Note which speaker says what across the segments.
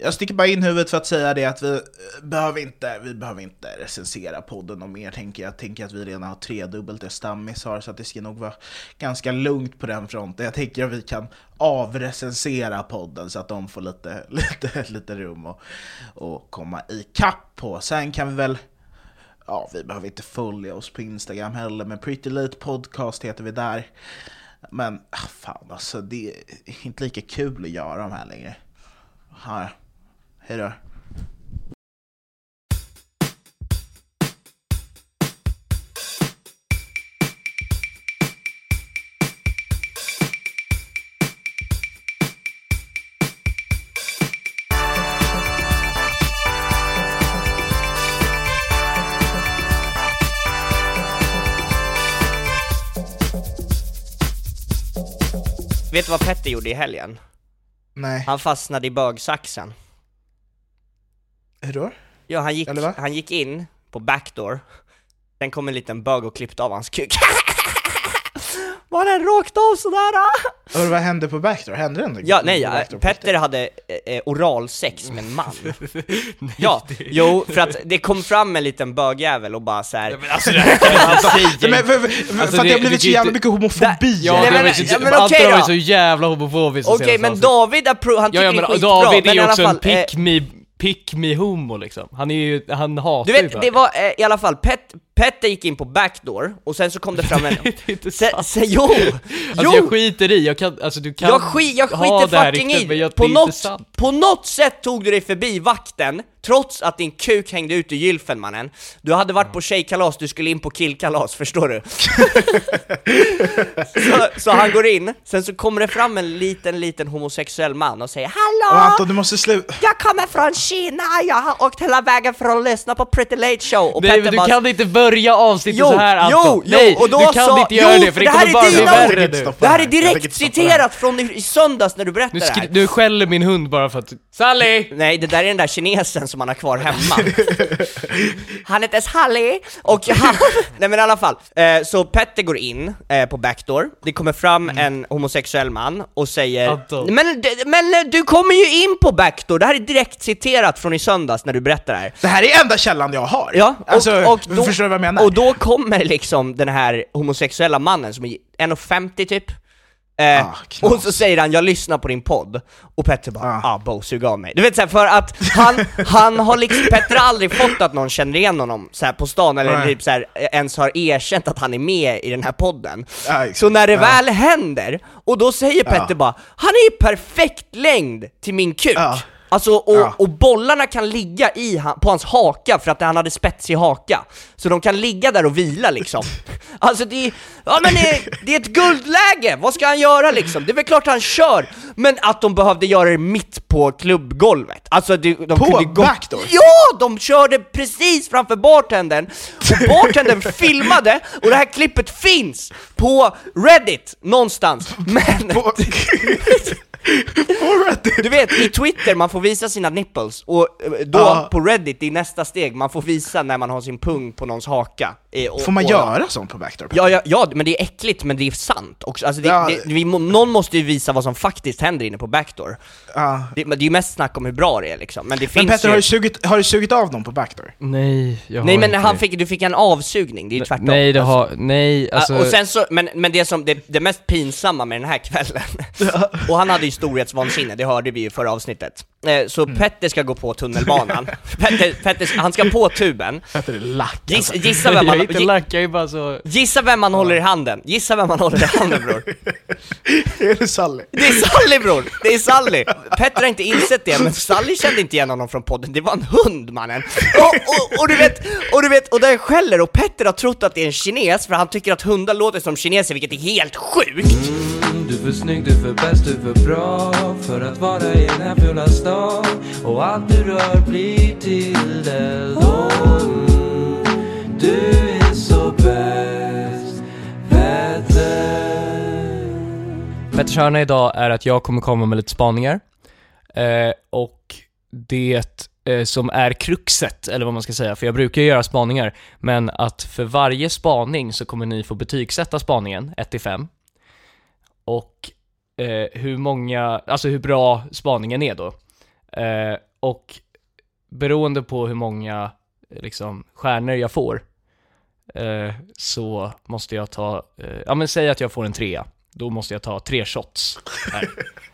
Speaker 1: Jag sticker bara in huvudet för att säga det att vi eh, behöver inte, vi behöver inte recensera podden och mer tänker jag. Tänker att vi redan har tredubbelt det stammis har så att det ska nog vara ganska lugnt på den fronten. Jag tänker att vi kan avrecensera podden så att de får lite, lite, lite rum och, och komma ikapp på. Sen kan vi väl Ja, vi behöver inte följa oss på Instagram heller, men Pretty Late Podcast heter vi där. Men ah, fan alltså, det är inte lika kul att göra de här längre. Här. Hej då.
Speaker 2: Vet du vad Petter gjorde i helgen?
Speaker 1: Nej,
Speaker 2: Han fastnade i bögsaxen.
Speaker 1: hur då?
Speaker 2: Ja, han gick,
Speaker 1: Eller va?
Speaker 2: han gick in på backdoor, sen kom en liten bög och klippte av hans kuk. Var den rakt av sådär? ah?
Speaker 1: Och vad hände på Backdoor? Hände det ändå?
Speaker 3: Mm,
Speaker 2: Ja, nej,
Speaker 1: på
Speaker 2: ja,
Speaker 1: Backdoor på
Speaker 2: Petter
Speaker 1: riktigt?
Speaker 2: hade eh, eh, oralsex med en man. ja, jo, för att det kom fram en liten bögjävel och bara såhär...
Speaker 3: Men alltså det här kan man inte säga.
Speaker 1: Men för, för, för
Speaker 3: Alltså,
Speaker 1: att det
Speaker 3: det-
Speaker 1: har
Speaker 3: det
Speaker 1: blivit
Speaker 3: kan
Speaker 1: så
Speaker 3: ju
Speaker 1: jävla
Speaker 3: inte-
Speaker 1: mycket homofobi!
Speaker 3: Ja,
Speaker 2: Nej,
Speaker 3: det
Speaker 2: men-
Speaker 3: var ju-
Speaker 2: ja, men
Speaker 3: allt
Speaker 2: okej
Speaker 3: har varit
Speaker 2: då.
Speaker 3: så jävla homofobiskt de
Speaker 2: Okej,
Speaker 3: senaste
Speaker 2: men
Speaker 3: avsnitten.
Speaker 2: David appro- han tycker
Speaker 3: Ja, ja
Speaker 2: det är
Speaker 3: men
Speaker 2: skitbra,
Speaker 3: David är
Speaker 2: men i
Speaker 3: ju
Speaker 2: alla
Speaker 3: också
Speaker 2: fall,
Speaker 3: en
Speaker 2: eh,
Speaker 3: pick me, pick me homo liksom. Han är ju, han hatar
Speaker 2: Du
Speaker 3: ju
Speaker 2: vet,
Speaker 3: bögar.
Speaker 2: det var eh, i alla fall, Pet, Petter gick in på backdoor, och sen så kom det fram en...
Speaker 3: Det är inte
Speaker 2: sen,
Speaker 3: sant.
Speaker 2: sen, jo!
Speaker 3: Alltså
Speaker 2: jo!
Speaker 3: jag skiter i, jag kan, alltså du kan
Speaker 2: jag, skit, jag
Speaker 3: ha det
Speaker 2: skiter
Speaker 3: här
Speaker 2: fucking
Speaker 3: ryktet, men
Speaker 2: i
Speaker 3: jag,
Speaker 2: på
Speaker 3: det är inte
Speaker 2: något,
Speaker 3: sant.
Speaker 2: på något sätt tog du dig förbi vakten, trots att din kuk hängde ut ur gylfen mannen Du hade varit på tjejkalas, du skulle in på killkalas, förstår du? så, så han går in, sen så kommer det fram en liten, liten homosexuell man och säger
Speaker 1: Och
Speaker 2: Hallå!
Speaker 1: Anton, du måste sluta...
Speaker 2: Jag kommer från Kina, jag har åkt hela vägen för att lyssna på Pretty Late Show och
Speaker 3: Nej
Speaker 2: Petter
Speaker 3: men du
Speaker 2: bara,
Speaker 3: kan inte börja avsnittet så här Anton!
Speaker 2: jo, jo,
Speaker 3: Nej,
Speaker 2: och då
Speaker 3: du kan
Speaker 2: sa,
Speaker 3: inte göra
Speaker 2: jo,
Speaker 3: det för det,
Speaker 2: här är
Speaker 3: kommer bara bli
Speaker 2: dina ord.
Speaker 3: värre nu!
Speaker 1: Stoppa
Speaker 2: Det här är
Speaker 1: här. Jag tänker
Speaker 2: direkt
Speaker 1: inte stoppa det här.
Speaker 2: citerat från i i söndags när du
Speaker 3: Nu,
Speaker 2: berättade det
Speaker 3: skri-
Speaker 2: här.
Speaker 3: nu skäller min hund bara för att... Sally!
Speaker 2: Nej, det där är den där kinesen som han har kvar hemma. han heter Sally och han... Nej men i alla fall. Eh, så Petter går in eh, på backdoor, det kommer fram en homosexuell man och säger
Speaker 3: Anton.
Speaker 2: men, d- men eh, du kommer ju in på backdoor, det här är direkt citerat från i söndags när du berättade det här.
Speaker 1: Det här är enda källan jag har!
Speaker 2: Ja, och,
Speaker 1: alltså,
Speaker 2: och, då,
Speaker 1: förstår du vad jag menar?
Speaker 2: och då kommer liksom den här homosexuella mannen som är 1,50 typ, eh,
Speaker 1: Ah, knas.
Speaker 2: och så säger han 'Jag lyssnar på din podd' och Petter bara
Speaker 1: Ah.
Speaker 2: 'Ah, ah Bo, sug av mig' Du vet såhär, för att han, han har liksom, Petter har aldrig fått att någon känner igen honom så här på stan, eller
Speaker 1: Nej.
Speaker 2: typ så här, ens har erkänt att han är med i den här podden.
Speaker 1: Ja, exakt.
Speaker 2: så när det
Speaker 1: Ja.
Speaker 2: väl händer, och då säger Petter bara 'Han är ju perfekt längd till min kuk'
Speaker 1: Ja.
Speaker 2: Alltså, och,
Speaker 1: Ja.
Speaker 2: och bollarna kan ligga i han, på hans haka för att han hade spetsig haka. Så de kan ligga där och vila liksom. Alltså det är, ja men det, är- det är ett guldläge! Vad ska han göra liksom? Det är väl klart han kör! Men att de behövde göra det mitt på klubbgolvet. Alltså det, de
Speaker 1: På
Speaker 2: kunde gå-
Speaker 1: backdoor?
Speaker 2: Ja! De körde precis framför bartendern, och bartendern filmade, och det här klippet finns på Reddit någonstans. Men...
Speaker 1: På-
Speaker 2: Du vet, i Twitter man får visa sina nipples, och eh, då
Speaker 1: Ja.
Speaker 2: på Reddit, det är nästa steg, man får visa när man har sin pung på någgons haka. eh, och-
Speaker 1: Får man
Speaker 2: och-
Speaker 1: göra sånt på backdoor?
Speaker 2: Ja, ja, ja, men det är äckligt men det är sant också. Alltså det,
Speaker 1: Ja.
Speaker 2: det, vi, må- någon måste ju visa vad som faktiskt händer inne på backdoor.
Speaker 1: Ja.
Speaker 2: Det, men det är ju mest snack om hur bra det är liksom, men det
Speaker 1: Men
Speaker 2: finns
Speaker 1: Petter,
Speaker 2: ju...
Speaker 1: har du, sugit, har du sugit av någon på backdoor?
Speaker 3: Nej, jag har
Speaker 2: Nej men
Speaker 3: inte
Speaker 2: han
Speaker 3: det.
Speaker 2: fick, du fick en avsugning, det är ju tvärtom.
Speaker 3: Nej, det
Speaker 2: Alltså,
Speaker 3: har, nej alltså,
Speaker 2: och sen så, men, men det som, det, det mest pinsamma med den här kvällen, och han hade ju storhetsvansinne, det hörde vi ju i förra avsnittet. Eh, så
Speaker 3: Mm.
Speaker 2: Petter ska gå på tunnelbanan, Petter, Petter, han ska på tuben,
Speaker 1: Petter är lack.
Speaker 2: Giss, gissa vem
Speaker 3: jag
Speaker 2: han...
Speaker 3: alltså. är inte
Speaker 2: gi-
Speaker 3: lack, jag är bara så...
Speaker 2: Gissa vem man håller i handen, gissa vem man håller i handen bror.
Speaker 1: Är det Sally?
Speaker 2: Det är Sally bror! Det är Sally! Petter har inte insett det, men Sally kände inte igen honom från podden, det var en hund mannen! Och, och, och du vet, och du vet, och den skäller och Petter har trott att det är en kines för han tycker att hundar låter som kineser vilket är helt sjukt!
Speaker 4: Du är för snygg, du är för bäst, du är för bra för att vara i den här fula stan och allt du rör blir till det mm, Du är så bäst, Petter
Speaker 3: Petters hörna idag är att jag kommer komma med lite spaningar. Eh, och det eh, som är kruxet, eller vad man ska säga, för jag brukar ju göra spaningar, men att för varje spaning så kommer ni få betygsätta spaningen, 1 till 5. Och eh, hur många, alltså hur bra spaningen är då. Eh, och beroende på hur många eh, liksom, stjärnor jag får, eh, så måste jag ta, eh, ja men säg att jag får en trea, då måste jag ta tre shots här.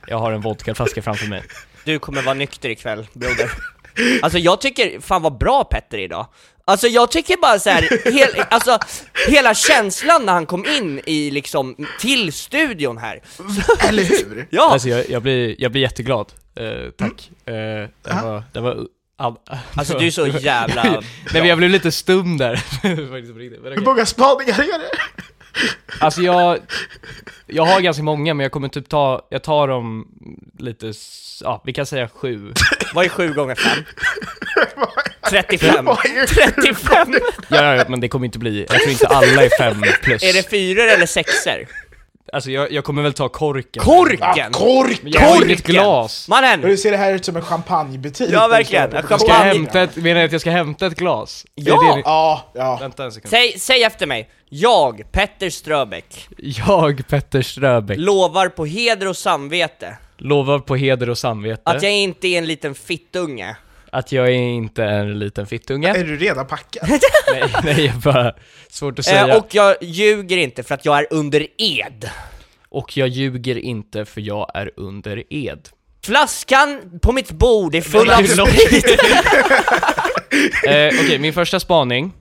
Speaker 3: Jag har en vodkaflaska framför mig.
Speaker 2: Du kommer vara nykter ikväll, broder. Alltså jag tycker, fan vad bra Petter är idag. Alltså jag tycker bara så här, hel, alltså, hela känslan när han kom in i liksom, till studion här.
Speaker 1: Eller hur?
Speaker 2: Ja!
Speaker 3: Alltså jag, jag, blir, jag blir jätteglad, eh, tack. Eh, det var, det var, all,
Speaker 2: Mm. Alltså du är så jävla...
Speaker 3: Nej men jag blev lite stum där. Faktiskt på riktigt.
Speaker 1: Hur
Speaker 3: Men okej.
Speaker 1: många spaningar är det?
Speaker 3: Alltså jag, jag har ganska många men jag kommer typ ta, jag tar dem lite, s- ja vi kan säga sju.
Speaker 2: Vad är 7 gånger 5? 35.
Speaker 1: Vad är
Speaker 2: 35!
Speaker 3: Ja, ja, ja men det kommer inte bli, jag tror inte alla är fem plus.
Speaker 2: Är det fyror eller sexer?
Speaker 3: Alltså jag, jag kommer väl ta korken.
Speaker 2: Korken!
Speaker 1: Kork!
Speaker 3: Jag har inget glas.
Speaker 2: Mannen!
Speaker 1: Du ser det här ut som en champagnebutik.
Speaker 2: Ja, verkligen. En
Speaker 3: Ska jag
Speaker 2: champagne.
Speaker 3: hämta ett, menar du att jag ska hämta ett glas? Är
Speaker 2: Ja!
Speaker 3: det ni-
Speaker 1: Ja, ja.
Speaker 3: Vänta en sekund.
Speaker 2: Säg, säg efter mig. Jag, Petter Ströbeck,
Speaker 3: Jag, Petter Ströbeck,
Speaker 2: lovar på heder och samvete
Speaker 3: lovar på heder och samvete
Speaker 2: att jag inte är en liten fittunge.
Speaker 3: att jag är inte är en liten fittunge.
Speaker 1: Är du redan packad?
Speaker 3: nej, nej, jag bara, svårt att säga.
Speaker 2: Eh, och jag ljuger inte för att jag är under ed.
Speaker 3: och jag ljuger inte för jag är under ed.
Speaker 2: Flaskan på mitt bord är full av
Speaker 3: Hur långt-
Speaker 2: sprit.
Speaker 3: Eh, Okej, min första spaning.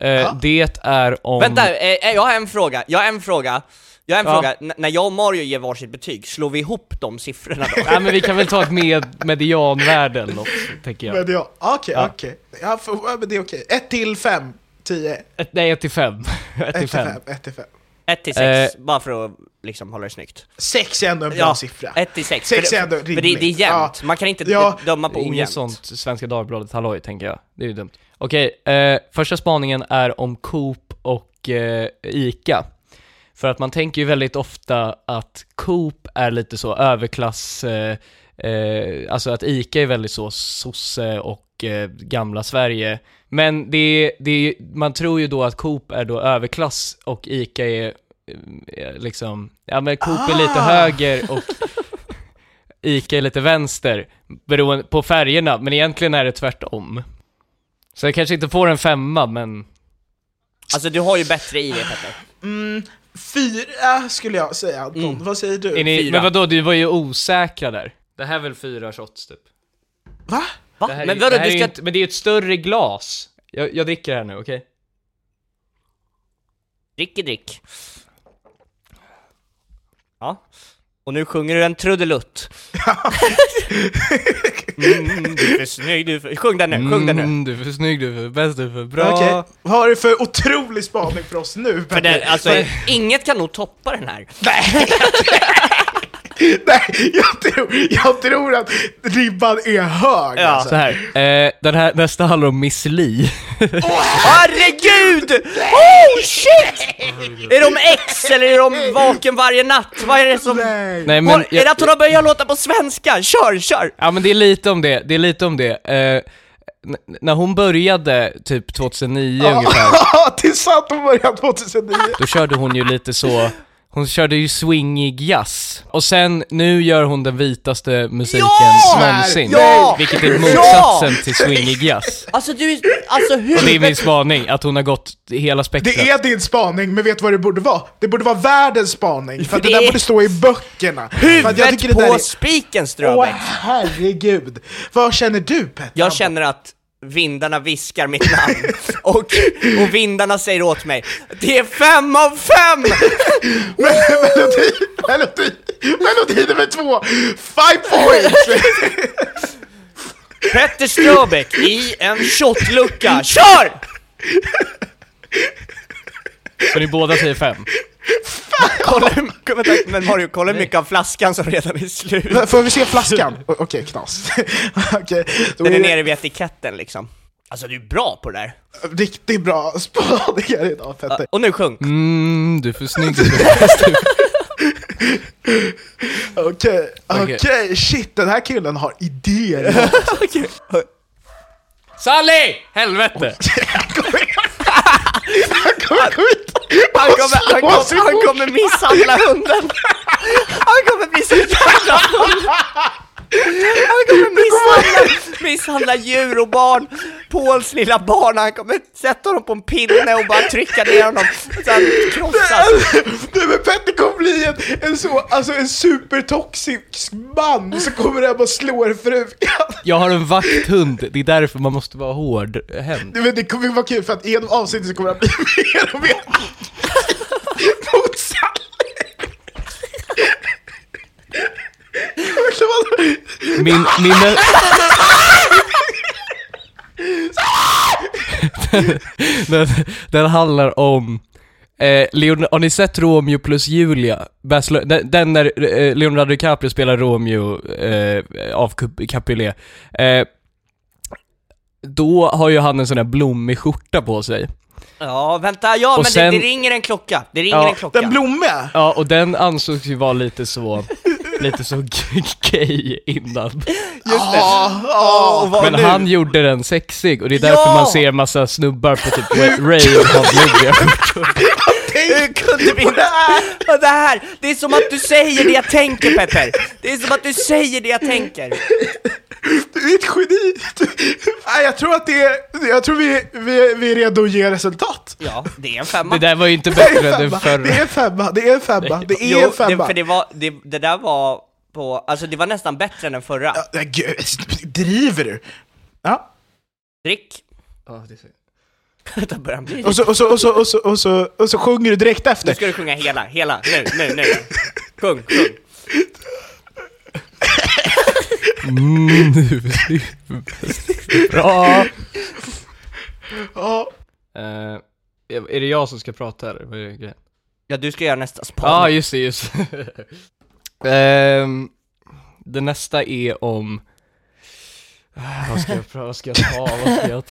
Speaker 3: Eh, det är om...
Speaker 2: Vänta, eh, eh, jag har en fråga, jag har en fråga. Jag har en
Speaker 3: Ja.
Speaker 2: fråga, N när jag och Mario ger varsitt betyg, slår vi ihop de siffrorna då?
Speaker 3: Nej men vi kan väl ta ett med, medianvärde eller något, tänker jag.
Speaker 1: Men ja, Ah, okej,
Speaker 3: Ja.
Speaker 1: okej. Ja, för- ja, men det är okej. Ett till fem, tio.
Speaker 3: Ett, nej, 1 till 5. 1
Speaker 1: Ett
Speaker 3: till
Speaker 1: till
Speaker 3: 5.
Speaker 1: fem, ett till fem.
Speaker 2: 1 till 6,
Speaker 3: Eh,
Speaker 2: bara för att liksom hålla det snyggt.
Speaker 1: Sex är ändå en bra siffra.
Speaker 2: 1 till 6.
Speaker 1: Sex
Speaker 2: för,
Speaker 1: är ändå
Speaker 2: för det, det är
Speaker 1: rimligt.
Speaker 2: jämnt, man kan inte
Speaker 1: Ja.
Speaker 2: döma på
Speaker 3: Inget
Speaker 2: ojämnt.
Speaker 3: sånt Svenska Dagbladet halloj, tänker jag. Det är ju dumt. Okej, eh, första spaningen är om Coop och eh, ICA. För att man tänker ju väldigt ofta att Coop är lite så överklass, eh, eh, alltså att ICA är väldigt så sosse och eh, gamla Sverige. Men det, är- det, är- man tror ju då att Coop är då överklass och ICA är eh, liksom, ja men Coop är lite
Speaker 1: Ah!
Speaker 3: höger och ICA är lite vänster, beroende på färgerna, men egentligen är det tvärtom. Så jag kanske inte får en femma, men
Speaker 2: Alltså du har ju bättre i dig Petter.
Speaker 1: Mm, fyra skulle jag säga Anton.
Speaker 2: Mm.
Speaker 1: Vad säger du?
Speaker 3: är ni,
Speaker 2: Fyra.
Speaker 3: men vadå, du var ju osäkra där. Det här är väl fyra shots typ?
Speaker 1: Va?
Speaker 2: Va?
Speaker 3: Det här är-
Speaker 2: Men vadå,
Speaker 3: det här
Speaker 2: du
Speaker 3: är
Speaker 2: ska...
Speaker 3: inte, men det är ju ett större glas. Jag, jag dricker här nu, okej?
Speaker 2: Drick i drick. Ja. Och nu sjunger du en trudelutt. mm, du är för snygg, du är för... Sjung den nu, sjung den nu.
Speaker 3: Mm, du är för snygg, du är för bäst, du är för bra.
Speaker 1: Okej. Vad har du för otrolig spaning för oss nu?
Speaker 2: För
Speaker 1: Petter?
Speaker 2: den, alltså, inget kan nog toppa den här.
Speaker 1: Nej, jag tror, jag tror att ribban är hög.
Speaker 2: Ja.
Speaker 1: alltså.
Speaker 3: Så här, eh, den här, nästa handlar om Miss Li.
Speaker 2: Herregud! Oh shit! Är de ex eller är de vaken varje natt? Vad är det som...
Speaker 3: Nej, men
Speaker 2: Har- Är
Speaker 3: jag-
Speaker 2: det att hon har börjat låta på svenska? Kör, kör!
Speaker 3: Ja men det är lite om det, det är lite om det. Eh, n- när hon började typ 2009 ungefär,
Speaker 1: Ja, det är sant, hon började 2009.
Speaker 3: då körde hon ju lite så, hon körde ju swingig jazz. Och sen, nu gör hon den vitaste musiken
Speaker 2: Ja!
Speaker 3: någonsin.
Speaker 2: Ja!
Speaker 3: Vilket är
Speaker 2: Ja!
Speaker 3: motsatsen till swingig jazz.
Speaker 2: Alltså du, alltså
Speaker 3: Och det är
Speaker 2: hur...
Speaker 3: min spaning, att hon har gått hela spektrat.
Speaker 1: Det är din spaning, men vet du vad det borde vara? Det borde vara världens spaning, för att det,
Speaker 2: Det
Speaker 1: där
Speaker 2: är-
Speaker 1: borde stå i böckerna. För att jag tycker
Speaker 2: Huvudet
Speaker 1: det
Speaker 2: på
Speaker 1: där är...
Speaker 2: spiken
Speaker 1: Åh,
Speaker 2: Ströbeck!
Speaker 1: herregud. Vad känner du Petter?
Speaker 2: Jag känner att vindarna viskar mitt namn och, och vindarna säger åt mig Det är fem av fem!
Speaker 1: Men, melodi, melodi, melodi nummer två. Five points!
Speaker 2: Petter Ströbeck i en shotlucka, kör!
Speaker 3: För ni båda säger fem.
Speaker 2: Kolla, hur- vänta, men Mario, kolla hur mycket av flaskan som redan är slut.
Speaker 1: Men Får vi se flaskan? O- Okej, knas. Okej, då
Speaker 2: Den är
Speaker 1: är det
Speaker 2: nere vid etiketten liksom. Alltså du är bra på det där.
Speaker 1: riktigt bra spaningar idag Petter.
Speaker 2: Och nu sjung.
Speaker 3: Mm, du är för snygg.
Speaker 1: Okej,
Speaker 3: Okej.
Speaker 1: okej, shit den här killen har idéer.
Speaker 3: Sally! Helvete!
Speaker 1: Han kommer gå ut
Speaker 2: Han
Speaker 1: och
Speaker 2: kommer,
Speaker 1: slå
Speaker 2: han,
Speaker 1: sin
Speaker 2: kommer, han
Speaker 1: hund.
Speaker 2: kommer misshandla hunden. Han kommer misshandla hunden. Han kommer misshandla, misshandla djur och barn. Pauls lilla barn, han kommer sätta honom på en pinne och bara trycka ner honom så han krossas.
Speaker 1: Nej men Petter kommer bli en, en så, alltså en supertoxisk man som kommer hem och slår frugan.
Speaker 3: Jag har en vakthund, det är därför man måste vara hård. Hem.
Speaker 1: Nej, men det kommer vara kul för att genom avsnittet så kommer han bli mer och mer mot Sally. Kommer det vara så-
Speaker 3: Min, min, nä- den, den handlar om eh, Leon, Har ni sett Romeo plus Julia? Bachelor, den, den när eh, Leonardo DiCaprio spelar Romeo eh, av Cap- Capulet eh, Då har ju han en sån där blommig skjorta på sig
Speaker 2: Ja, vänta, ja men
Speaker 3: sen-
Speaker 2: det, det ringer en klocka. Det ringer
Speaker 3: Ja,
Speaker 2: en klocka.
Speaker 1: Den blommiga?
Speaker 3: Ja, och den ansågs ju vara lite så Lite så gay innan
Speaker 2: Just det. Ja, och vad
Speaker 3: Men
Speaker 2: nu?
Speaker 3: han gjorde den sexig och det är därför
Speaker 2: Ja!
Speaker 3: man ser massa snubbar på typ rave av videor.
Speaker 2: Hur kunde vi inte... Vad Det här, det är som att du säger det jag tänker Petter! Det är som att du säger det jag tänker!
Speaker 1: Du är ett geni! Du- Nej, jag tror att det är, jag tror vi, vi, vi är redo att ge resultat.
Speaker 2: Ja, det är en
Speaker 3: Det
Speaker 2: femma.
Speaker 3: där var ju inte
Speaker 1: Det är
Speaker 3: bättre än
Speaker 1: en
Speaker 3: den
Speaker 1: femma, det är
Speaker 3: förra.
Speaker 1: en femma, det är en femma, det är en
Speaker 2: det,
Speaker 1: femma.
Speaker 2: för det var, det, det där var på, alltså det var nästan bättre än den förra.
Speaker 1: Nej, gud, driver du? Ja.
Speaker 2: Drick. Vänta, börjar han bli
Speaker 1: Och så, och, så, och, så, och, så, och, så, och så sjunger du direkt
Speaker 2: Nu
Speaker 1: efter.
Speaker 2: ska du sjunga hela, hela, nu, nu, nu. Sjung, sjung.
Speaker 3: Mm, nu. Bra!
Speaker 1: Ja.
Speaker 3: Eh, är det jag som ska prata eller? Vad är grejen?
Speaker 2: Ja, du ska göra nästa
Speaker 3: Ja,
Speaker 2: spaning.
Speaker 3: ah, just det, just det. Ehm, Det nästa är om... Ah, Vad ska jag, pra- vad ska jag ta? Vad ska jag ta?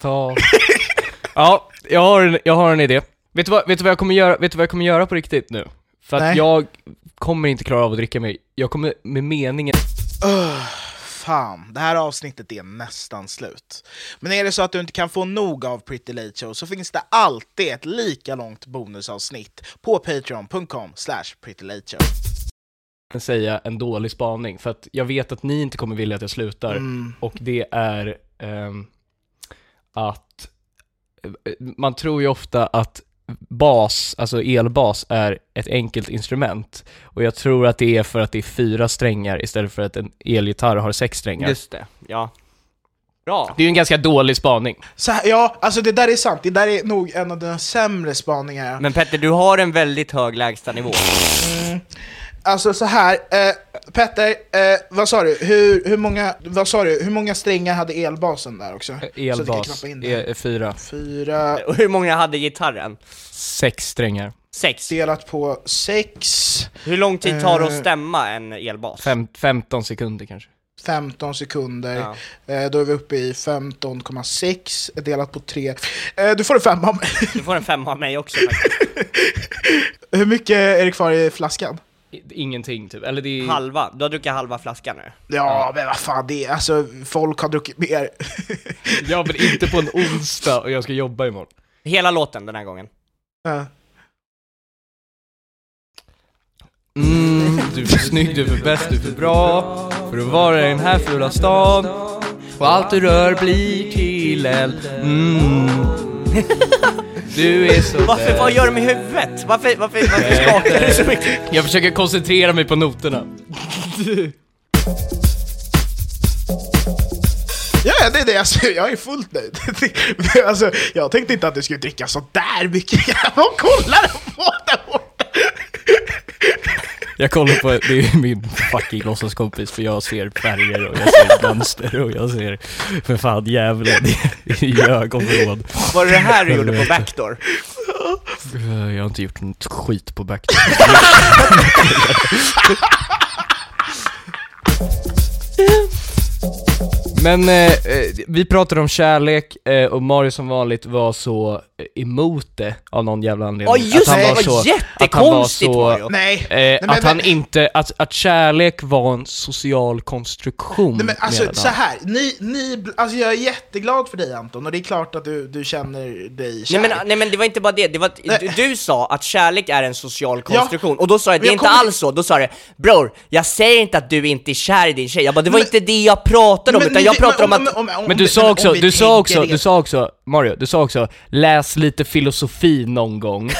Speaker 3: Ta. Ja, jag har en, jag har en idé. Vet Vet du, vad, vet, du vad jag kommer göra, vet du vad jag kommer göra på riktigt nu? För att
Speaker 1: Nej.
Speaker 3: jag kommer inte klara av att dricka mer. Jag kommer med meningen...
Speaker 1: Fan, det här avsnittet är nästan slut. Men är det så att du inte kan få nog av Pretty Late Show så finns det alltid ett lika långt bonusavsnitt på patreon.com slash prettylateshow.
Speaker 3: säga en dålig spaning, för att jag vet att ni inte kommer vilja att jag slutar. Och det är ehm, att eh, man tror ju ofta att bas, alltså elbas, är ett enkelt instrument. Och jag tror att det är för att det är fyra strängar istället för att en elgitarr har sex strängar. Det,
Speaker 2: Just det, ja. Bra.
Speaker 3: är ju en ganska dålig spaning.
Speaker 1: Så här, ja, alltså det där är sant. Det där är nog en av dina sämre spaningar.
Speaker 2: Men Petter, du har en väldigt hög lägstanivå.
Speaker 1: Alltså så här, eh, Petter, eh, vad sa du? Hur, hur, många, vad sa du? hur många strängar hade elbasen där också? Så att du kan
Speaker 3: Elbas, E-
Speaker 1: knappa in det.
Speaker 3: är fyra,
Speaker 1: Fyra
Speaker 2: Och hur många hade gitarren?
Speaker 3: sex strängar.
Speaker 2: Sex.
Speaker 1: delat på sex.
Speaker 2: Hur lång tid tar det
Speaker 1: Eh.
Speaker 2: att stämma en elbas?
Speaker 3: Fem, 15 sekunder kanske.
Speaker 1: 15 sekunder. Eh, då är vi uppe i 15,6 delat på 3. Eh, du får en femma. av mig.
Speaker 2: Du får en femma av mig också faktiskt.
Speaker 1: Hur mycket är det kvar i flaskan?
Speaker 3: I- Ingenting typ, eller det är...
Speaker 2: Halva. Du har druckit halva flaskan nu.
Speaker 1: Ja, men vad fan, det är, alltså, folk har druckit mer.
Speaker 3: Ja men inte på en onsdag och jag ska jobba imorgon.
Speaker 2: Hela låten den här gången.
Speaker 1: Eh,
Speaker 3: Mm, du är för snygg, du är för bäst, du är för bra För att vara i den här fula stan Och allt du rör blir till eld mm. Du är så
Speaker 2: Varför,
Speaker 3: bäst
Speaker 2: vad gör de i huvudet? Varför, varför, varför skakar du så mycket?
Speaker 3: Jag försöker koncentrera mig på noterna
Speaker 1: Ja, det är det. Alltså, jag är fullt nöjd. Det- alltså, jag tänkte inte att du skulle dricka så där mycket. Jag kollar på där borta.
Speaker 3: Jag kollar på, det är min fucking låtsaskompis för jag ser färger och jag ser mönster och jag ser för fan djävulen i- i ögonvrån
Speaker 2: Var det det här du gjorde på backdoor?
Speaker 3: Eh, Jag har inte gjort något skit på back Men eh, eh, vi pratade om kärlek eh, och Mario som vanligt var så eh, emot det av någon jävla anledning.
Speaker 2: Ja just
Speaker 3: Att han
Speaker 2: det, det
Speaker 3: var
Speaker 2: var
Speaker 3: så- att han var
Speaker 2: jättekonstigt
Speaker 3: så-
Speaker 2: Mario!
Speaker 1: Nej.
Speaker 3: Eh,
Speaker 1: Nej, men-
Speaker 3: att han inte, att, att kärlek var en social konstruktion
Speaker 2: Mm,
Speaker 1: Nej, men alltså
Speaker 3: menade han.
Speaker 1: så här, ni, ni, alltså jag är jätteglad för dig Anton, och det är klart att du, du känner dig kär.
Speaker 2: Nej men, nej men det var inte bara det, det var att du, du sa att kärlek är en social konstruktion, och då sa jag det
Speaker 1: men
Speaker 2: är
Speaker 1: jag
Speaker 2: inte
Speaker 1: kommer-
Speaker 2: alls så, då sa du bror, jag säger inte att du inte är kär i din tjej, jag bara det var
Speaker 1: Men-
Speaker 2: inte det jag pratade om,
Speaker 1: Men
Speaker 2: utan
Speaker 1: ni-
Speaker 2: jag pratade om
Speaker 1: men
Speaker 2: att...
Speaker 1: om- om- om- om-
Speaker 3: Men
Speaker 1: om-
Speaker 3: du
Speaker 1: om
Speaker 3: sa också,
Speaker 1: vi
Speaker 3: du sa
Speaker 1: tänker
Speaker 3: också,
Speaker 1: er-
Speaker 3: du sa också, Mario, du sa också, läs lite filosofi någon gång.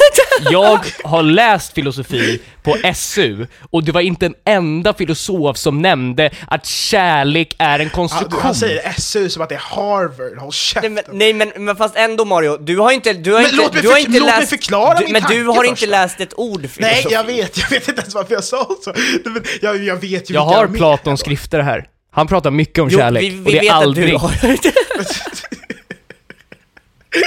Speaker 3: Jag har läst filosofi på SU, och det var inte en enda filosof som nämnde att kärlek är en
Speaker 1: Ja, du,
Speaker 3: konstruktion.
Speaker 1: han säger SU som att det är Harvard, håll
Speaker 2: Nej
Speaker 1: käften.
Speaker 2: men, nej men, men fast ändå Mario, du har inte, du har
Speaker 1: Men
Speaker 2: inte,
Speaker 1: låt mig
Speaker 2: du har
Speaker 1: förk-
Speaker 2: inte
Speaker 1: låt mig
Speaker 2: läst,
Speaker 1: förklara
Speaker 2: du,
Speaker 1: min
Speaker 2: Men du
Speaker 1: tanke
Speaker 2: har
Speaker 1: först
Speaker 2: inte
Speaker 1: då.
Speaker 2: läst ett ord för Alltså,
Speaker 1: Nej,
Speaker 2: filosofi.
Speaker 1: jag vet, jag vet inte ens varför jag sa så. Nej, men Jag, jag vet ju
Speaker 3: Jag
Speaker 1: vilka
Speaker 3: har
Speaker 1: de är.
Speaker 3: Platons skrifter här. Han pratar mycket om
Speaker 2: Jo,
Speaker 3: kärlek,
Speaker 2: vi,
Speaker 3: och
Speaker 2: vi
Speaker 3: det
Speaker 2: vet
Speaker 3: är aldrig...
Speaker 2: att du har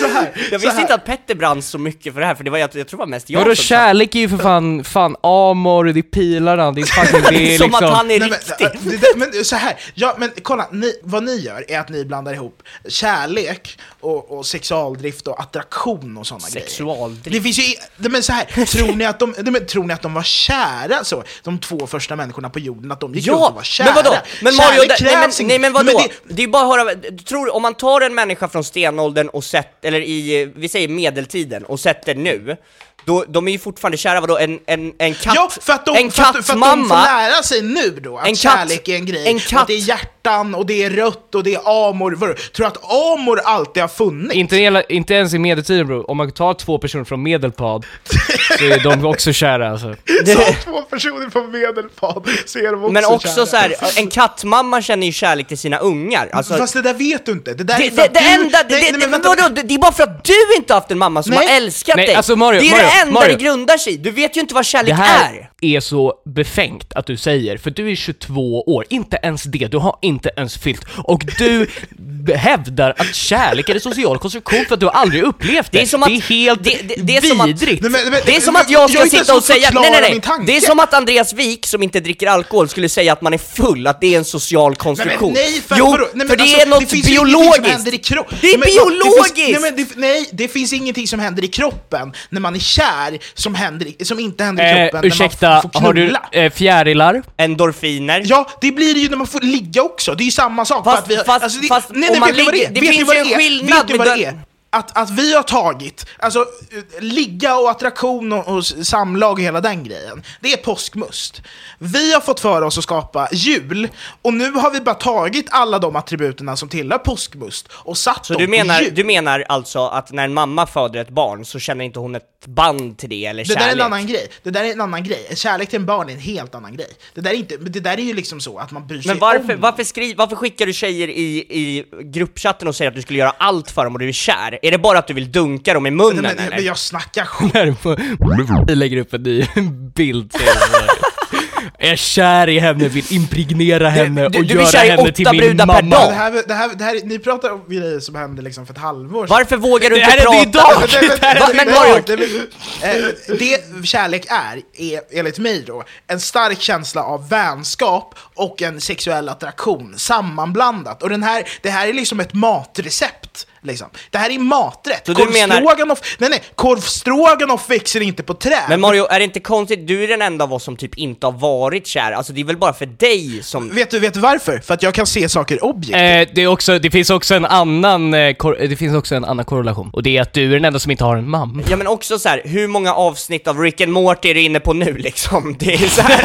Speaker 1: Så här,
Speaker 2: Jag
Speaker 1: så
Speaker 2: visste
Speaker 1: här.
Speaker 2: inte att Petter brann så mycket för det här, för det var, jag, jag tror det var mest jag
Speaker 3: Vadå
Speaker 2: som-
Speaker 3: kärlek är ju för fan, fan amor, det är pilarna, det är fucking, det är
Speaker 2: Som
Speaker 3: liksom...
Speaker 2: att han är
Speaker 1: Nej,
Speaker 2: riktig!
Speaker 1: men, äh, det, det, men så här, ja, men kolla, ni, vad ni gör är att ni blandar ihop kärlek och, och sexualdrift och attraktion och sådana grejer.
Speaker 2: Sexualdrift.
Speaker 1: Det finns ju, nej, men så här, tror ni, att de, nej, men, tror ni att de var kära så? De två första människorna på jorden, att de gick runt och var kära?
Speaker 2: men vadå? Men Mario,
Speaker 1: Kärlek
Speaker 2: det, nej, men,
Speaker 1: krävs
Speaker 2: nej
Speaker 1: inte.
Speaker 2: men vadå?
Speaker 1: det-
Speaker 2: det, är bara att höra, du tror, om man tar en människa från stenåldern och sätter, eller i, eh, vi säger medeltiden, och sätter nu, då, de är ju fortfarande kära, vadå? En, en, en katt,
Speaker 1: ja, för att de,
Speaker 2: en
Speaker 1: för att, för att de får
Speaker 2: kattmamma,
Speaker 1: lära sig nu då att
Speaker 2: En katt-
Speaker 1: kärlek är en grej,
Speaker 2: en
Speaker 1: och att det är
Speaker 2: katt-
Speaker 1: hjärtan och det är rött och det är amor. Vadå? Tror du att amor alltid har funnits?
Speaker 3: Inte, hela, inte ens i medeltiden bror, om man tar två personer från medelpad så är de också kära alltså.
Speaker 1: Så två personer från Medelpad så är de också
Speaker 2: Eh. men också
Speaker 1: kära.
Speaker 2: så här, en kattmamma känner ju kärlek till sina ungar, alltså
Speaker 1: Fast det där vet du inte. Det där
Speaker 2: Det,
Speaker 1: är för
Speaker 2: det,
Speaker 1: att
Speaker 2: det
Speaker 1: du-
Speaker 2: enda, det,
Speaker 1: Nej, nej,
Speaker 2: det,
Speaker 1: men
Speaker 2: men
Speaker 1: vänta.
Speaker 2: vadå, det, det är bara för att du inte har haft en mamma som
Speaker 1: Nej.
Speaker 2: har älskat
Speaker 3: Nej,
Speaker 2: dig!
Speaker 3: alltså, Mario,
Speaker 2: det är det
Speaker 3: Mario,
Speaker 2: enda
Speaker 3: Mario.
Speaker 2: det grundar sig i. du vet ju inte vad kärlek
Speaker 3: Det här
Speaker 2: är!
Speaker 3: är. så befängt att du säger, för du är 22 år, inte ens det, du har inte ens fyllt, och du b- hävdar att kärlek är en social konstruktion för att du har aldrig upplevt det.
Speaker 2: Det är som att...
Speaker 3: det är helt
Speaker 2: det, det, det är som att,
Speaker 3: vidrigt.
Speaker 1: Nej, men- men-
Speaker 2: det är som
Speaker 1: men-
Speaker 2: att jag ska
Speaker 1: jag är inte
Speaker 2: sitta
Speaker 1: så
Speaker 2: och säga...
Speaker 1: förklara
Speaker 2: Nej,
Speaker 1: min
Speaker 2: nej, nej.
Speaker 1: tanke.
Speaker 2: Det är som att Andreas Wik, som inte dricker alkohol, skulle säga att man är full, att det är en social konstruktion.
Speaker 1: Nej, för,
Speaker 2: jo,
Speaker 1: vadå? nej, men
Speaker 2: för det
Speaker 1: alltså,
Speaker 2: är något
Speaker 1: finns ju ingenting som
Speaker 2: biologiskt.
Speaker 1: händer i kroppen.
Speaker 2: Det är biologiskt!
Speaker 1: Det finns, nej, men det, nej, det finns ingenting som händer i kroppen när man är kär som, händer, i- som inte händer i
Speaker 3: Eh,
Speaker 1: kroppen när man
Speaker 3: ursäkta,
Speaker 1: f- får
Speaker 3: har du
Speaker 1: knulla.
Speaker 3: eh, fjärilar?
Speaker 2: Endorfiner.
Speaker 1: Ja, det blir det ju när man får ligga också. Det är ju samma sak.
Speaker 2: Fast-
Speaker 1: för att vi har,
Speaker 2: fast-
Speaker 1: alltså, det,
Speaker 2: fast
Speaker 1: nej,
Speaker 2: om
Speaker 1: nej,
Speaker 2: man
Speaker 1: vet ni vad det
Speaker 2: ligger-
Speaker 1: är?
Speaker 2: det
Speaker 1: vet ni
Speaker 2: finns
Speaker 1: vad
Speaker 2: ju en
Speaker 1: det är?
Speaker 2: skillnad
Speaker 1: Vet ni
Speaker 2: med
Speaker 1: vad det
Speaker 2: den-
Speaker 1: är? Att, att vi har tagit, alltså eh, ligga och attraktion och, och s- samlag och hela den grejen, det är påskmust. Vi har fått för oss att skapa jul, och nu har vi bara tagit alla de attributerna som tillhör påskmust och satt
Speaker 2: Så
Speaker 1: dem
Speaker 2: du menar,
Speaker 1: i jul.
Speaker 2: du menar alltså att när en mamma föder ett barn så känner inte hon ett band till det eller
Speaker 1: det där är en
Speaker 2: kärlek?
Speaker 1: annan grej. Det där är en annan grej. Kärlek till en barn är en helt annan grej. Det där är, inte, det där är ju liksom så att man bryr sig
Speaker 2: Men varför,
Speaker 1: om
Speaker 2: varför, skri, varför skickar du tjejer i, i gruppchatten och säger att du skulle göra allt för dem och du är kär? Är det bara att du vill dunka dem i munnen
Speaker 1: Nej, men,
Speaker 2: eller?
Speaker 1: men jag snackar skit.
Speaker 3: Vi lägger upp en ny bild till henne. Jag är kär i henne, vill impregnera henne
Speaker 2: du-
Speaker 3: och
Speaker 2: du är
Speaker 3: göra
Speaker 2: kär i
Speaker 3: henne
Speaker 2: åtta
Speaker 3: till min
Speaker 2: brudar per
Speaker 3: mamma.
Speaker 2: dag.
Speaker 1: Det här, det här, det här, ni pratar om grejer som hände liksom för ett halvår sedan.
Speaker 2: Varför vågar du
Speaker 3: Det
Speaker 2: inte
Speaker 3: här är det
Speaker 2: prata?
Speaker 3: idag!
Speaker 1: Nej, men-
Speaker 3: Det här är
Speaker 2: men
Speaker 3: det
Speaker 2: Mario-
Speaker 3: idag!
Speaker 1: Nej, men- eh, Det kärlek är, är, enligt mig då, en stark känsla av vänskap och en sexuell attraktion sammanblandat. Och den här, det här är liksom ett matrecept. Liksom. Det här är maträtt.
Speaker 2: Så du menar-
Speaker 1: Korvstroganoff- Nej, nej, korvstroganoff växer inte på träd.
Speaker 2: Men Mario, är det inte konstigt? Du är den enda av oss som typ inte har varit kär, alltså det är väl bara för dig som...
Speaker 1: Vet du, vet du varför? För att jag kan se saker objektivt.
Speaker 3: Eh, det, är också, det finns också en annan, eh, kor- eh, det finns också en annan korrelation. Och det är att du är den enda som inte har en mamma.
Speaker 2: Ja men också så här, hur många avsnitt av Rick and Morty är du inne på nu liksom? Det är så här.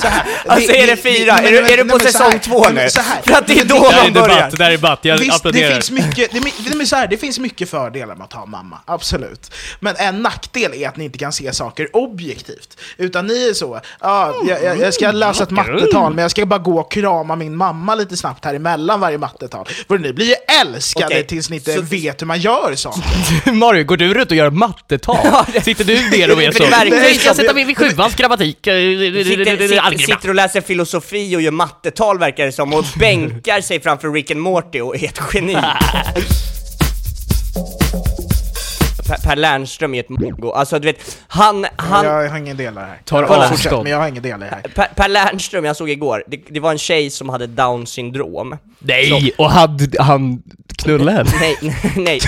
Speaker 1: Så här,
Speaker 2: Alltså är det fyra?
Speaker 1: nej,
Speaker 2: Är du-
Speaker 1: men-
Speaker 2: är du
Speaker 1: nej,
Speaker 2: på
Speaker 1: men så
Speaker 2: säsong
Speaker 1: här,
Speaker 2: två
Speaker 1: nej,
Speaker 2: nu?
Speaker 1: men så här,
Speaker 2: För att det är
Speaker 1: nej, men
Speaker 2: då
Speaker 1: det-
Speaker 2: man börjar.
Speaker 3: debatt, det här är debatt. Jag
Speaker 1: Visst, det
Speaker 3: applåderar.
Speaker 1: finns, mycket, det, mi- men så här, det finns mycket fördelar med att ha en mamma, absolut. Men en nackdel är att ni inte kan se saker objektivt. Utan ni är så, ah, jag, jag, jag
Speaker 3: Mm,
Speaker 1: ska läsa ett mattetal, men jag ska bara gå och krama min mamma lite snabbt här emellan varje mattetal. För ni blir ju älskade
Speaker 2: Okej,
Speaker 1: tills ni inte
Speaker 2: så-
Speaker 1: vet hur man gör saker.
Speaker 3: Mario, går du runt och gör mattetal? Sitter du ner och är så?
Speaker 2: Det verkar
Speaker 3: Nu
Speaker 2: ju
Speaker 3: ska jag
Speaker 2: som-
Speaker 3: sätta mig vid sjuans grammatik. eh,
Speaker 2: Sitter,
Speaker 3: algebra.
Speaker 2: sitter, sitter och läser filosofi och gör mattetal verkar det som, och bänkar sig framför Rick and Morty och är ett geni. Per- Per Lernström är ett mongo, alltså du vet, han, han,
Speaker 1: Jag har ingen del i det här.
Speaker 3: Tar
Speaker 1: Jag har
Speaker 3: avstånd.
Speaker 1: fortsatt, Men jag har ingen del i det här.
Speaker 2: Per, per Lernström jag såg igår, det, det var en tjej som hade down syndrom.
Speaker 3: Nej, och han, han knullade henne.
Speaker 2: Nej, nej, nej.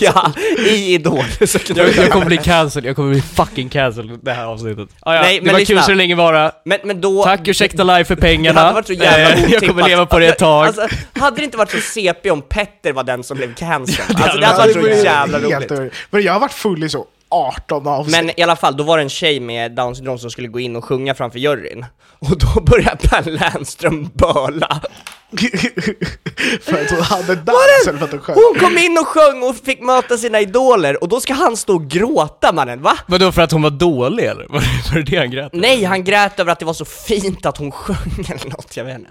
Speaker 2: ja, i Idol.
Speaker 3: Jag, jag kommer bli cancelled, jag kommer bli fucking cancelled det här avsnittet. Ah, ja.
Speaker 2: Nej,
Speaker 3: det
Speaker 2: men
Speaker 3: var
Speaker 2: lyssna.
Speaker 3: kul så länge vara.
Speaker 2: Men, men då...
Speaker 3: Tack, ursäkta live för
Speaker 2: Det hade
Speaker 3: pengarna.
Speaker 2: varit så jävla
Speaker 3: Eh, jag kommer
Speaker 2: otippat.
Speaker 3: leva på det ett tag.
Speaker 2: Alltså, hade det inte varit så CP om Petter var den som blev cancelled? Alltså det
Speaker 3: hade
Speaker 2: hade varit
Speaker 3: varit
Speaker 2: så jävla
Speaker 1: Helt
Speaker 2: roligt.
Speaker 1: över- Men jag har varit full i så 18 avsnitt.
Speaker 2: Men i alla fall, då var det en tjej med down syndrom som skulle gå in och sjunga framför juryn. Och då började Per Lernström böla.
Speaker 1: för att hon hade dans eller för att hon sjöng.
Speaker 2: Hon kom in och sjöng och fick möta sina idoler och då ska han stå och gråta mannen, va?
Speaker 3: Vadå, för att hon var dålig eller? Var det- var det det han grät?
Speaker 2: Nej, han grät över att det var så fint att hon sjöng eller något, jag vet inte.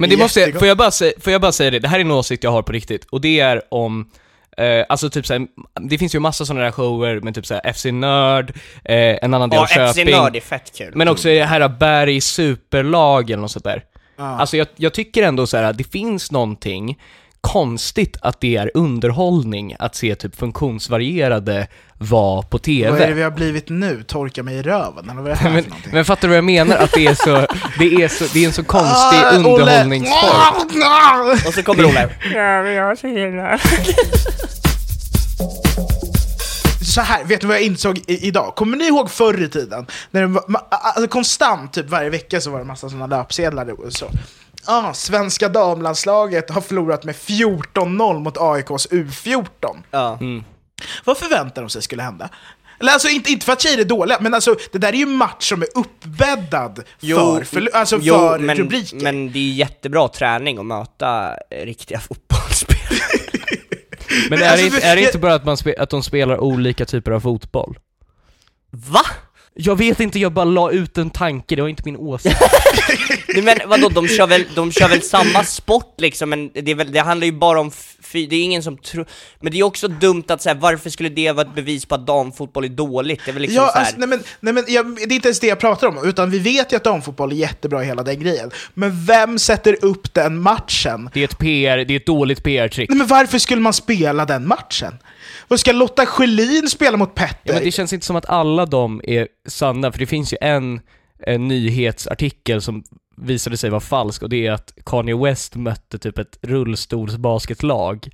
Speaker 3: Men det måste jag, får, jag bara säga, får jag bara säga det, det här är en åsikt jag har på riktigt, och det är om Eh, alltså typ såhär, det finns ju massa sådana där shower med typ såhär FC Nörd, eh, en annan del av
Speaker 2: Ja, FC
Speaker 3: Köping,
Speaker 2: Nörd är fett kul.
Speaker 3: men också i det här Berg Superlag eller något sånt där. Alltså jag, jag tycker ändå så här att det finns någonting konstigt att det är underhållning att se typ funktionsvarierade vara på TV.
Speaker 1: Vad är det vi har blivit nu? Torka mig i röven? Eller vad är det här
Speaker 3: men,
Speaker 1: för någonting?
Speaker 3: men fattar du vad jag menar? Att det är så, det är så, det är en så konstig
Speaker 1: Ah, Olle!
Speaker 3: underhållningsform.
Speaker 1: Ah, ah.
Speaker 2: Och så kommer Olle.
Speaker 1: Så här, vet du vad jag insåg i, idag? Kommer ni ihåg förr i tiden? När det var, ma- alltså konstant, typ varje vecka så var det massa sådana löpsedlar och så. Ah, svenska damlandslaget har förlorat med 14-0 mot AIKs U14.
Speaker 2: Ja.
Speaker 3: Mm.
Speaker 1: Vad förväntar de sig skulle hända? Eller alltså inte, inte för att tjejer är dåliga, men alltså det där är ju en match som är uppbäddad för, för, alltså,
Speaker 2: jo,
Speaker 1: för
Speaker 2: men,
Speaker 1: rubriker.
Speaker 2: Men det är jättebra träning att möta eh, riktiga fotbollsspelare.
Speaker 3: Men är det,
Speaker 1: Alltså,
Speaker 3: inte,
Speaker 1: för-
Speaker 3: är det
Speaker 1: jag-
Speaker 3: inte bara att, man spe, att de spelar olika typer av fotboll?
Speaker 2: Va?
Speaker 3: Jag vet inte, jag bara la ut en tanke, det var inte min åsikt.
Speaker 2: Nej, men vadå, de kör, väl, de kör väl samma sport liksom, men det, är väl, det handlar ju bara om fy, det är ingen som tror... Men det är också dumt att säga varför skulle det vara ett bevis på att damfotboll är dåligt? Det är väl liksom
Speaker 1: Ja,
Speaker 2: så här,
Speaker 1: alltså, nej men, nej men, jag, det är inte ens det jag pratar om, utan vi vet ju att damfotboll är jättebra i hela den grejen. Men vem sätter upp den matchen?
Speaker 3: Det är ett PR, det är ett dåligt PR-trick.
Speaker 1: Nej, men varför skulle man spela den matchen? Vad ska Lotta Schelin spela mot Petter?
Speaker 3: Ja, men det känns inte som att alla de är sanna, för det finns ju en, en nyhetsartikel som visade sig vara falsk och det är att Kanye West mötte typ ett rullstolsbasketlag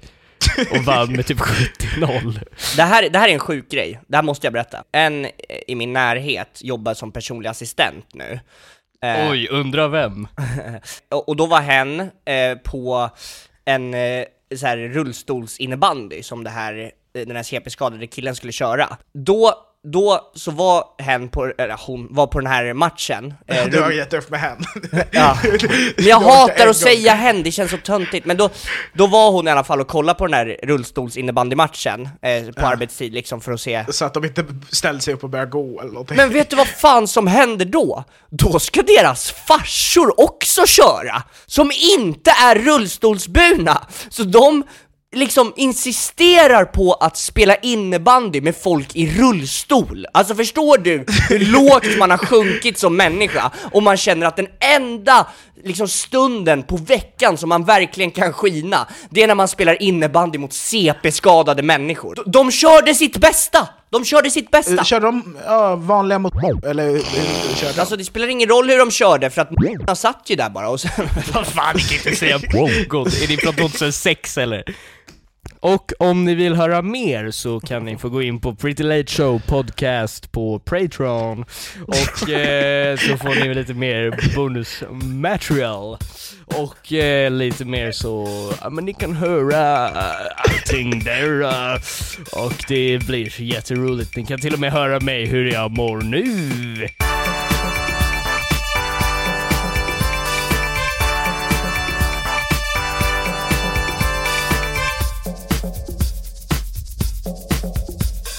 Speaker 3: och vann med typ 70-0.
Speaker 2: Det här, det här är en sjuk grej, det här måste jag berätta. En eh, i min närhet jobbar som personlig assistent nu. Eh,
Speaker 3: Oj, undra vem?
Speaker 2: och och då var hen eh, på en eh, så här, rullstolsinnebandy som det här, eh, den här CP-skadade killen skulle köra. Då, då så var hen på, eller hon var på den här matchen. eh,
Speaker 1: Du har gett upp med henne.
Speaker 2: Ja. Men jag hatar att säga hen, det känns så töntigt. Men då, då var hon i alla fall och kollade på den här rullstolsinnebandymatchen eh, på arbetstid liksom för att se
Speaker 1: Så att de inte ställer sig upp och börjar gå eller någonting.
Speaker 2: Men vet du vad fan som händer då? Då ska deras farsor också köra, som inte är rullstolsburna! Så de liksom insisterar på att spela innebandy med folk i rullstol. Alltså förstår du hur lågt man har sjunkit som människa och man känner att den enda liksom stunden på veckan som man verkligen kan skina, det är när man spelar innebandy mot CP-skadade människor. De, de körde sitt bästa! De körde sitt bästa!
Speaker 1: Eh, Kör de ja, vanliga mot eller hur- hur kör de?
Speaker 2: Alltså det spelar ingen roll hur de körde för att de satt ju där bara och sen...
Speaker 3: Fan, vi kan inte säga God. Är det från 2006 eller? Och om ni vill höra mer så kan ni få gå in på Pretty Late Show Podcast på Patreon och eh, så får ni lite mer bonus material och eh, lite mer så, ja men ni kan höra eh, allting där eh, och det blir så jätteroligt. Ni kan till och med höra mig hur jag mår nu.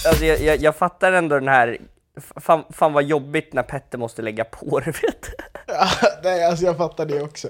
Speaker 2: Alltså jag, jag, jag fattar ändå den här... Fan, fan vad jobbigt när Petter måste lägga på, du vet.
Speaker 1: Ja, nej, alltså jag fattar det också.